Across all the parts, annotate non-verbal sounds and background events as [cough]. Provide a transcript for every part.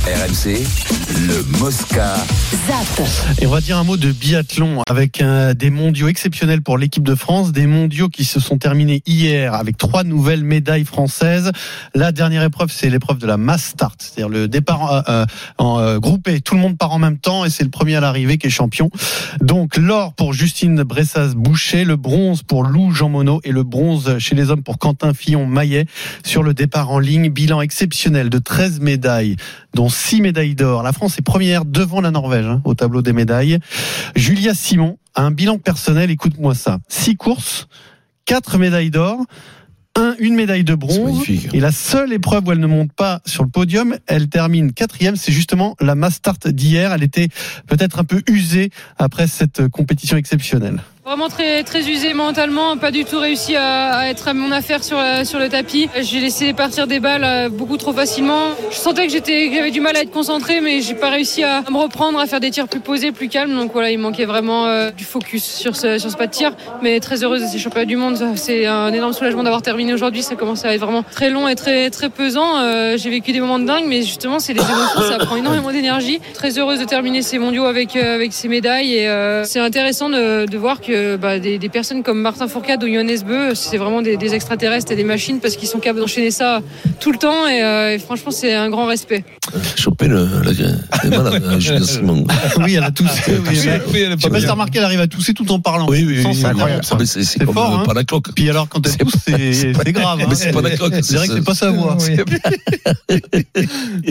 RMC, le Mosca. ZAP. Et on va dire un mot de biathlon avec euh, des mondiaux exceptionnels pour l'équipe de France, des mondiaux qui se sont terminés hier avec trois nouvelles médailles françaises. La dernière épreuve, c'est l'épreuve de la mass start, c'est-à-dire le départ euh, euh, en euh, groupé, tout le monde part en même temps et c'est le premier à l'arrivée qui est champion. Donc l'or pour Justine Bressas-Boucher, le bronze pour Lou Jean Monod et le bronze chez les hommes pour Quentin Fillon-Maillet sur le départ en ligne. Bilan exceptionnel de 13 médailles, dont 6 médailles d'or. La France est première devant la Norvège hein, au tableau des médailles. Julia Simon a un bilan personnel, écoute-moi ça. 6 courses, 4 médailles d'or. un- une médaille de bronze magnifique. hein. et la seule épreuve où elle ne monte pas sur le podium, elle termine quatrième. C'est justement la mass start d'hier. Elle était peut-être un peu usée après cette euh, compétition exceptionnelle. Vraiment très, très usé mentalement, pas du tout réussi à, à être à mon affaire sur, la- sur le tapis. J'ai laissé partir des balles euh, beaucoup trop facilement. Je sentais que j'étais, que j'avais du mal à être concentré, mais j'ai pas réussi à, à me reprendre, à faire des tirs plus posés, plus calmes. Donc voilà, il manquait vraiment euh, du focus sur ce, sur ce pas de tir. Mais très heureuse de ces championnats du monde. Ça, C'est un énorme soulagement d'avoir terminé aujourd'hui. Ça commence à être vraiment très long et très, très pesant. Euh, j'ai vécu des moments de dingue, mais justement, c'est des émotions, ça prend énormément d'énergie. Très heureuse de terminer ces mondiaux avec, euh, avec ces médailles. Et euh, c'est intéressant de, de voir que bah, des, des personnes comme Martin Fourcade ou Johannes Beu, c'est vraiment des, des extraterrestres et des machines parce qu'ils sont capables d'enchaîner ça tout le temps. Et, euh, et franchement, c'est un grand respect. Choper le, la, [laughs] la, la, la Julien Simon. Oui, elle a [laughs] toussé. oui, elle a- Ah, Oui, elle est Je sais pas si t'as remarqué, elle arrive à tousser tout en parlant. Oui, oui, Sans- oui, c'est incroyable. Ah, mais C'est c'est C'est comme fort, euh, hein. pas la cloque. Puis alors quand elle C'est tousse, c'est c'est pas- c'est grave. hein. [laughs] Mais c'est pas la cloque. C'est vrai que c'est pas sa voix.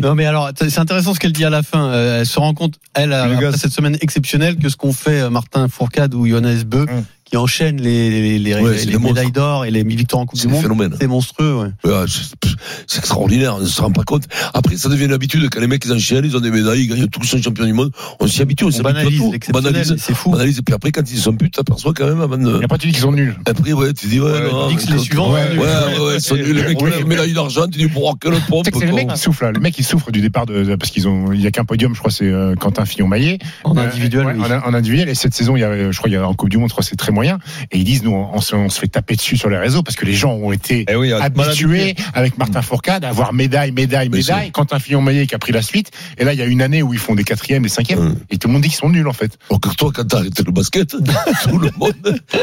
Non mais alors t- c'est intéressant ce qu'elle dit à la fin. Euh, elle se rend compte, elle, a, après cette semaine exceptionnelle, que ce qu'on fait euh, Martin Fourcade ou Johannes Beu, qui enchaînent les, les, les- Ouais, les c'est des monstres. médailles d'or et les victoires en Coupe C'est Oh, du un Monde, phénomène. c'est monstrueux. Ouais. Ouais, c'est- pff, C'est extraordinaire, on ne se rend pas compte. Après, ça devient une habitude. Quand les mecs ils enchaînent, ils ont des médailles, ils gagnent tous les champions du monde. On s'y habitue, on On s'habitue à banalise tout. On l'exceptionnel, banalise. c'est On fou. banalise. Et puis après, quand ils sont buts, t'aperçois quand même avant Euh, de. Et après, tu dis qu'ils sont oh, nuls. Après, ouais, tu dis, ouais, non. On dit que mais les quand- suivants, ouais, sont nuls. Ouais, ouais, ouais, ils sont nuls. le mec, il met Ouais. une médaille d'argent, tu dis, pour que le pompe. bah, Tu sais que c'est les quoi. hein. mecs qui souffrent, là. Les mecs, ils souffrent du départ de, parce qu'ils ont, il y a qu'un podium, je crois, c'est euh, Quentin Fillon-Maillet. en Euh, individuel. ouais, oui. en, en individuel. Et cette saison, il y a, je crois, il y a en Coupe du Monde, je crois, c'est très moyen. Et ils disent, nous, on, se- on se fait taper dessus sur les réseaux parce que les gens ont été Eh oui, mal Mm. habitués avec Martin Fourcade à avoir médaille, médaille, Bien sûr. médaille. Quentin Fillon-Maillet qui a pris la suite. Et là, il y a une année où ils font des quatrièmes, des cinquièmes. Ouais. Mm. Et tout le monde dit qu'ils sont nuls, en fait. Alors Oh, que toi, quand t'as arrêté le basket, tout le monde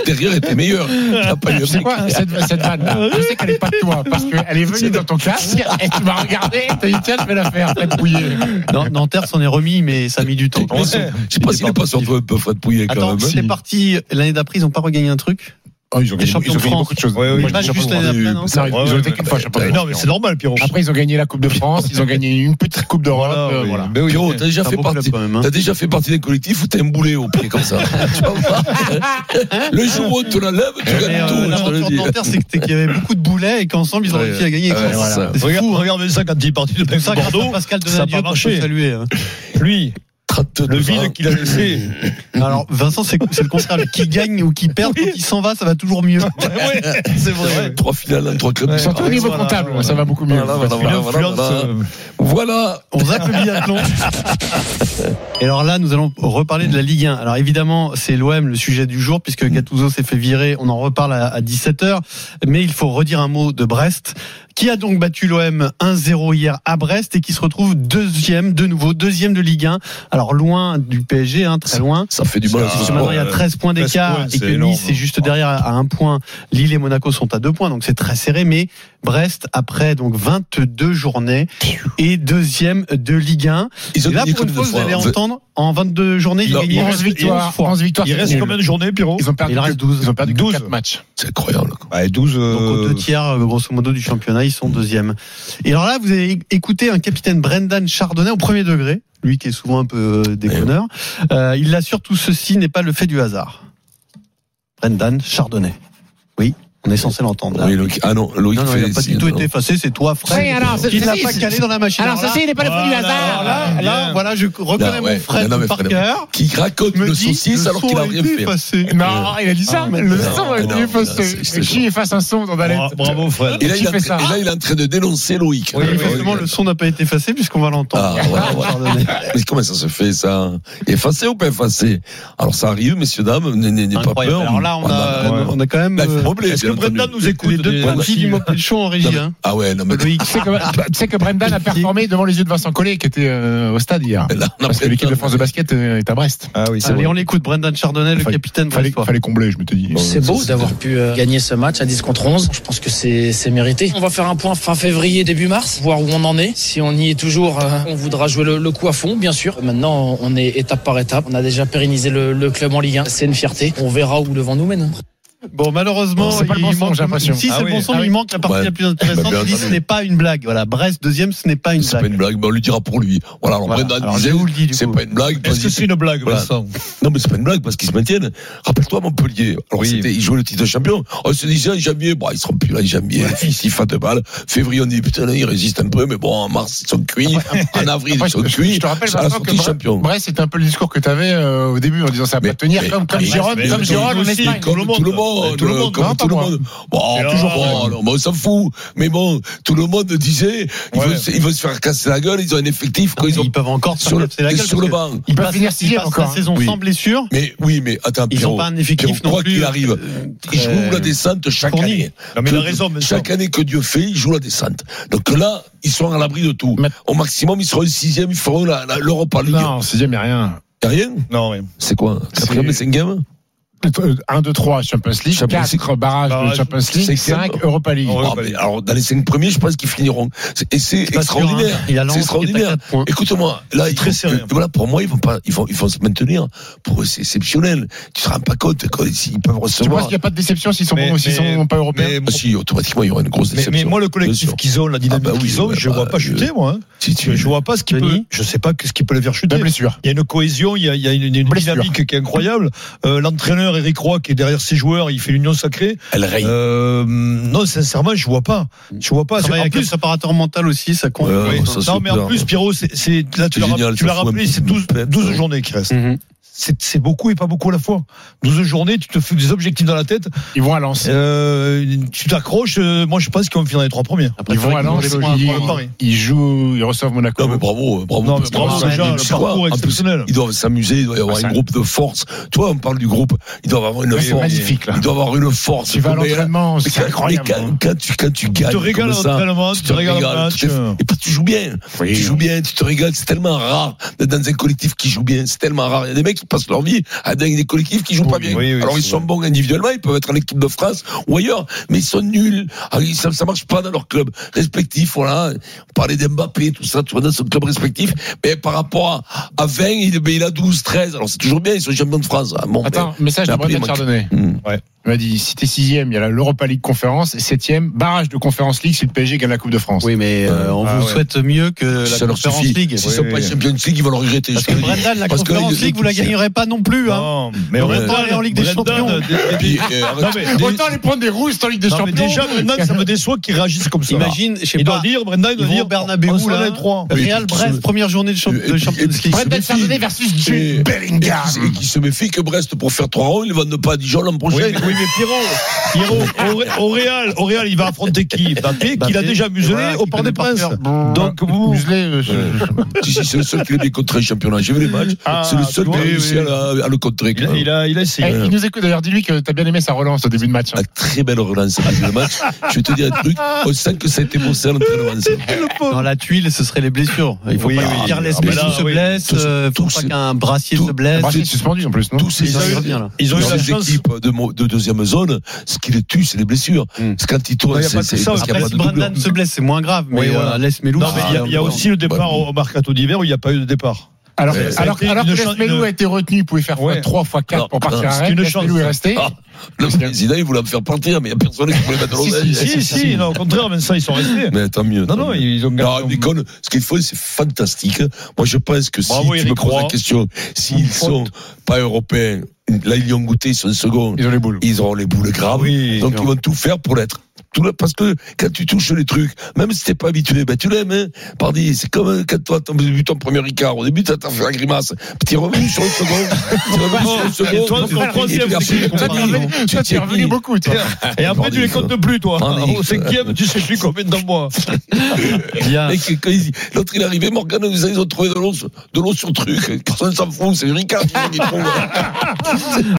derrière était meilleur. T'as pas eu Tu un sais mec. quoi, cette, cette [laughs] vanne-là Je sais qu'elle est pas de toi parce qu'elle est venue dans ton casque et tu m'as regardé et t'as dit, tiens, je vais la faire, Fred Pouillet. Non, Nanterre s'en est remis, mais ça a mis du temps. Je sais pas s'il est pas sur toi un peu Fred Pouillet quand Attends, même. hein. c'est parti. L'année d'après, ils ont pas regagné un truc. Oh, ils ont Les gagné, champions ils ont de gagné France. beaucoup de choses. Ouais, ouais, Moi, je j'ai pense pas l'année compris. d'après, non Ça, ils ont été qu'une fois champions de Non, France. mais c'est normal, Pierrot. Après, ils ont gagné la Coupe de France, ils ont gagné une petite Coupe d'Europe. Voilà, euh, oui. voilà. Ben oui, Pierrot, mais- t'as déjà C'est un fait beau partie. club, quand même, hein. T'as déjà fait partie d'un collectif où t'as un boulet au pied [laughs] comme ça. Tu vas voir. le jour où on te l'enlève, tu Mais, gagnes euh, tout. je te le L'aventure de dis. Nanterre, c'est que t'es- qu'il y avait beaucoup de boulets et qu'ensemble, ils ont Ouais. réussi à gagner. Ouais, quoi. voilà. C'est Regarde- fou. hein. Regardez ça quand il est parti de Tout ça grâce à Bordeaux. Pascal ça a pas Donadieu, qu'on peut marché. saluer. hein. Lui, 32 le ans. vide qu'il a laissé. Alors Vincent, c'est c'est le contraire. Qui gagne ou qui perd, quand il s'en va, ça va toujours mieux. Ouais, c'est vrai. Trois finales en trois clubs. Ouais. Surtout au niveau Voilà, comptable, voilà. ça va beaucoup mieux. Voilà, voilà, Une voilà, voilà, influence. voilà. euh, Voilà. On zappe le biathlon. [laughs] Et alors là, nous allons reparler de la Ligue 1. Alors évidemment, c'est l'OM le sujet du jour, puisque Gattuso s'est fait virer. On en reparle à, 17h. Mais il faut redire un mot de Brest, qui a donc battu l'OM 1-0 hier à Brest et qui se retrouve deuxième, de nouveau, deuxième de Ligue 1. Alors loin du PSG, hein, très loin. Ça fait du mal. à Ça- ce Parce que sport. maintenant, il y a 13 points 13 d'écart points, et que c'est énorme. Nice est juste derrière à un point. Lille et Monaco sont à deux points, donc c'est très serré. Mais Brest, après donc 22 journées, est deuxième de Ligue 1. Ils ont Et là, gagné pour une combien fois, de vous fois allez hein entendre, en 22 journées, il a Non, gagné 11 victoires, 11 victoires, Il c'est reste nul. combien de journées, Pierrot Ils ont perdu Il en reste que- 12. Ils ont perdu 12. 4 matchs. C'est incroyable. quoi. Bah, 12. Donc aux deux tiers, euh, grosso modo, du championnat, ils sont deuxième. Et alors là, vous avez écouté un capitaine Brendan Chardonnay au premier degré, lui qui est souvent un peu euh, déconneur. Euh, il assure tout ceci n'est pas le fait du hasard. Brendan Chardonnay. Oui, On est censé l'entendre. là. Oui, Loïc. Ah non, Loïc Non, non, fait hein. il n'a pas signe, du tout non. été effacé, c'est toi, Fred, Oui, alors, ce- qui ne l'a ceci, pas c'est- calé dans la machine. alors, ceci n'est pas le fruit du voilà, hasard. Là, là, Bien. voilà, je reconnais Là, ouais. mon Fred Non, mais par Fred, cœur. Qui raconte me le dit, saucisse le alors son qu'il a a rien été fait. effacé. Non, il a dit ça. Ah, mais le non, son a mais été non, effacé. non, c'est- c'est Qui efface un son dans Bra- la lettre Bravo, Fred. Et là, Qui il est en fait train- ça et là, il est en train de dénoncer Loïc. Oui, Et Effectivement, le son n'a pas été effacé puisqu'on va l'entendre. Ah, voilà, voilà. Mais comment ça se fait, ça Effacé ou pas effacé Alors, ça arrive, messieurs, dames, n'ayez n'ayez pas Incroyable. peur. Ah, Alors là, on a, Ouais. on a quand même Là, il faut euh, meubler, Est-ce que bien Brendan entendu. nous écoute les deux des- parties du mot show en Non, régie. mais- hein. Ah ouais, non, mais Loïc. Tu sais que- tu sais que Brendan a performé devant les yeux de Vincent Collet qui était euh, au stade hier. là, on a Parce que pris- l'équipe de France de basket euh, est à Brest. Ah oui, Allez, on l'écoute, Brendan Chardonnay, le Fallait- capitaine Fallait, brestois. fallait combler, je me t'ai dit. C'est beau d'avoir pu euh, gagner ce match à 10 contre 11. Je pense que c'est c'est mérité. On va faire un point fin février, début mars, voir où on en est. Si on y est toujours, euh, on voudra jouer le, le coup à fond, bien sûr. Maintenant, on est étape par étape. On a déjà pérennisé le, le club en Ligue 1. C'est une fierté. On verra où le vent nous mène. Bon, malheureusement, C'est pas le il bon son, manque- j'ai l'impression. Si c'est Ah le bon oui. son, Ah il oui. manque la partie Ouais. la plus Bah, intéressante. bien Il dit ce entendu. n'est pas une blague. Voilà, Brest deuxième, ce n'est pas une C'est pas blague. une blague, mais on le dira pour lui. Voilà, alors Voilà. Brendan Alors, disait, je vous le dis, du c'est coup. pas une blague. Est-ce que vas-y. c'est une blague, Voilà. Vincent Non, mais c'est pas une blague parce qu'ils se maintiennent. Rappelle-toi Montpellier. Alors, Oui. c'était, ils jouaient le titre de champion. On se disait en janvier, bon, ils seront plus là en janvier. Fils, ils font de balles. Février, on dit, putain, là, ils résistent un peu, mais bon, en mars, ils sont cuits. En avril, Après, ils je, sont je- cuits. je te rappelle À la Vincent, que sortie champion. Bre- Brest, c'était un peu le discours que tu avais au début en disant ça va Mais- pas tenir mais- comme, comme mais- Giron, mais- comme mais- Giron en aussi, Espagne. comme- Tout le monde, tout le monde, Tout le monde, comme non, tout pas le moi. monde. Bon, Et toujours alors, bon, alors, bon, on s'en fout. Mais bon, tout le monde disait, ils, Ouais. veulent, se- ils veulent se faire casser la gueule, ils ont un effectif Non, qu'ils mais Ah, ont Ils peuvent encore se sur le, casser la gueule sur parce le que banc. Ils peuvent passent- finir ils sixième passent la encore. saison Oui. sans blessure. Mais oui, mais attends, Ils Pierrot, n'ont pas un effectif Pierrot, non quoi plus. qu'il arrive, euh, ils jouent euh, la descente chaque fourni. année. Non, mais il a Que- raison, Vincent. chaque année que Dieu fait, ils jouent la descente. Donc là, ils sont à l'abri de tout. Mais- Au maximum, ils seront sixième, ils feront la- la- l'Europa League. Non, sixième et rien. Y a rien Non, oui. C'est quoi Quatrième et cinquième 1, 2, 3, Champions League. Champions League. 4, barrage de Barrage. Champions League. Cinquième. 5, Europa League. Europa Ah, League. mais Alors, dans les cinq premiers, je pense qu'ils finiront. C'est- Et c'est pas sûr, hein. euh, extraordinaire. Il y a Lens C'est qui est à extraordinaire. quatre points. Écoute-moi, là, C'est ils très vont- sérieux. euh, voilà, pour moi, ils vont pas, ils vont, ils vont se maintenir. Pour eux, c'est exceptionnel. Tu te rends pas compte que s'ils peuvent Tu penses recevoir. qu'il n'y a pas de déception s'ils sont Mais- bons ou s'ils mais- sont pas européens mais- Ah, si, automatiquement, il y aura une grosse Mais, déception. mais moi, le Bien collectif sûr. qu'ils ont, la dynamique Ah bah oui, qu'ils ont, ouais, je bah, vois pas je- chuter, moi. hein. Si Je, tu je vois pas ce qui peut. Denis Je sais pas ce qui peut les faire De chuter. blessure. Il y a une cohésion, il y a, il y a une, une Blessure. dynamique qui est incroyable. Euh, L'entraîneur Eric Roy qui est derrière ses joueurs, il fait l'union sacrée. elle raye. Euh, non, sincèrement, je vois pas. Je vois pas. Travail En avec le plus, préparateur mental aussi, ça compte. Ouais, Oui. bon, ça, c'est non, mais en bizarre. plus, Pierrot, c'est- c'est- là, tu C'est l'as génial, rappelé- tu ça l'as fout un rappelé, peu c'est de 12, peps, 12 ouais. journées qui restent. Mhm. C'est c'est beaucoup et pas beaucoup à la fois. 12 journées, tu te fais des objectifs dans la tête, Ils vont à Lens. euh, tu t'accroches. euh, moi, je pense qu'ils vont finir dans les trois premiers. Après, Ils c'est vont vrai à qu'ils ont Lens. des points à ils- prendre le pari. Ils jouent, ils reçoivent Non, mais Monaco. bravo, euh, bravo. Non, mais parce que bravo, c'est- déjà, c'est le quoi parcours En plus, exceptionnel. Ils doivent s'amuser, il doit y avoir Ah, un ça- groupe de force. Toi, on parle du groupe. Ils doivent avoir une Mais C'est force. magnifique, là. Ils doivent avoir une force. Tu vas à Mais là- l'entraînement, mais c'est quand- incroyable. hein. mais Quand, quand tu, quand tu gagnes, te régales comme à ça, l'entraînement, tu te régales au match. tu te- Et puis tu joues bien. Oui. Tu joues bien, tu te régales. C'est tellement rare d'être dans un collectif qui joue bien. C'est tellement rare. Il y a des mecs qui passent leur vie à dans des collectifs qui jouent pas bien. oui, oui, Alors ils c'est sont bons individuellement, ils peuvent être en équipe de France ou ailleurs, mais ils sont nuls. Ah, ils- Ça, ça marche pas dans leur club respectif. Voilà, on parlait d'Mbappé, tout ça, tu vois, dans son club respectif. Mais par rapport à, à 20, il, mais il a 12, 13. Alors c'est toujours bien, ils sont champions de France. Ah, bon, Attends, message j'ai de appris, moi, Brendan que- Chardonnay. mais- Hmm. Il m'a dit si t'es sixième, il y a la- l'Europa League conférence. Et septième, barrage de conférence League si le PSG gagne la Coupe de France. Oui, mais euh, on ah vous ouais. souhaite mieux que la ça leur Conférence suffit. League. S'ils sont Oui, pas oui. champions de League, ils vont le regretter. Parce je te que le dis. Brendan, la Parce que- Conférence League, vous la gagnerez pas non plus. hein. Non, mais On on va pas aller en Ligue des Champions. Et puis, euh, arrête- non, mais, dé- Autant aller prendre des rousses dans Ligue des non, mais Champions. déjà, Brendan, ça me déçoit qu'ils réagissent comme ça. Imagine, je sais Il doit pas, dire, Brendan, il ils doit vont au dire, on Bernabeu sera là. les trois. Real Brest, première journée de champ- Et puis- de Champions et puis- League. Brendan se méfie. Chardonnay versus Jude Et- Et Bellingham. qui se méfie que Brest, pour faire 3 ronds, ils ne vendent pas à Dijon l'an Oui, prochain. mais, oui, mais Pierrot, Pierrot, au Ré- au, Real, au Real, il va affronter qui Mbappé, qu'il a Mbappé, déjà muselé voilà, au qui Parc des connaît Princes. par Donc, vous, Muselé, euh, je- je- [laughs] Si, si, c'est le seul qui l'a décontré championnat. J'ai vu les matchs. Ah, c'est le seul tu qui a vois, réussi oui, à, la- à le contrer. il a, il a, il a essayé. Eh, Il nous écoute d'ailleurs, dis-lui que t'as bien aimé sa relance au début de match. hein. La très belle relance après le match. Je vais te dire un truc. On sent que ça a été bossé à l'entraînement. ça. Dans la tuile, ce serait les blessures. Il faut Oui, pas oui. que Carles Ah, mais Messi là, se oui. blesse, Tous- euh, faut pas tous- qu'un brassier tous- se Ah, blesse. Brasile est Ah, suspendu en plus, non Tous ces Ils ont eu- joueurs- bien, là. ils ont eu dans la ces chance. équipes de, mo- de deuxième zone, ce qui les tue, c'est les blessures. Mm. Hmm. C'est quand ils Non, tournent, y a c'est pas que c'est ça, parce qu'il n'y Après, a pas si de doublure. Brendan se blesse, c'est moins grave, mais Oui, voilà. euh, laisse Melou. Non, mais il y a- il y, a aussi le départ au au mercato d'hiver où il n'y a pas eu de départ. Alors, Ouais. alors, Ça a été alors que une chan- Lesmelou une- a été retenu, pouvait faire Ouais. 3 fois 4 Non, pour partir non, à c'est Rennes. une Lesmelou chance. est resté. Ah, le président, il voulait me faire partir, mais il n'y a personne qui voulait mettre Si, l'oseille. si, Euh, si, si, non, au contraire, Vincent, ils sont restés. Mais tant mieux. Non, tant non, mieux. ils ont Non, gardé. mais con, ce qu'ils font, c'est fantastique. Moi, je pense que si Bravo, tu Eric me poses la Roy. question, s'ils sont pas européens, là, ils y ont goûté, ils sont seconds, Ils ont les boules. ils auront les boules graves. Oui, donc, ils évidemment. vont tout faire pour l'être. Tout le- parce que quand tu touches les trucs, même si t'es pas habitué, ben tu l'aimes. Hein. Pardi, c'est comme euh, quand toi t'as bu ton premier Ricard. Au début, t'as t'as fait la grimace. Puis t'es revenu sur le second. [laughs] T'es revenu sur le Et toi, second. ton troisième, puis après, c'est t'as compris. dit, Toi, t'y tu es es revenu mis. beaucoup, toi. Et après, tu les comptes plus, toi. Bordel. Au cinquième, tu sais plus combien dans moi. Bien. Mec, quand il- L'autre, il est arrivé, Morgane, vous ils ont trouvé de l'eau sur- de l'eau sur truc. Personne s'en fout, c'est Ricard qui l'a mis.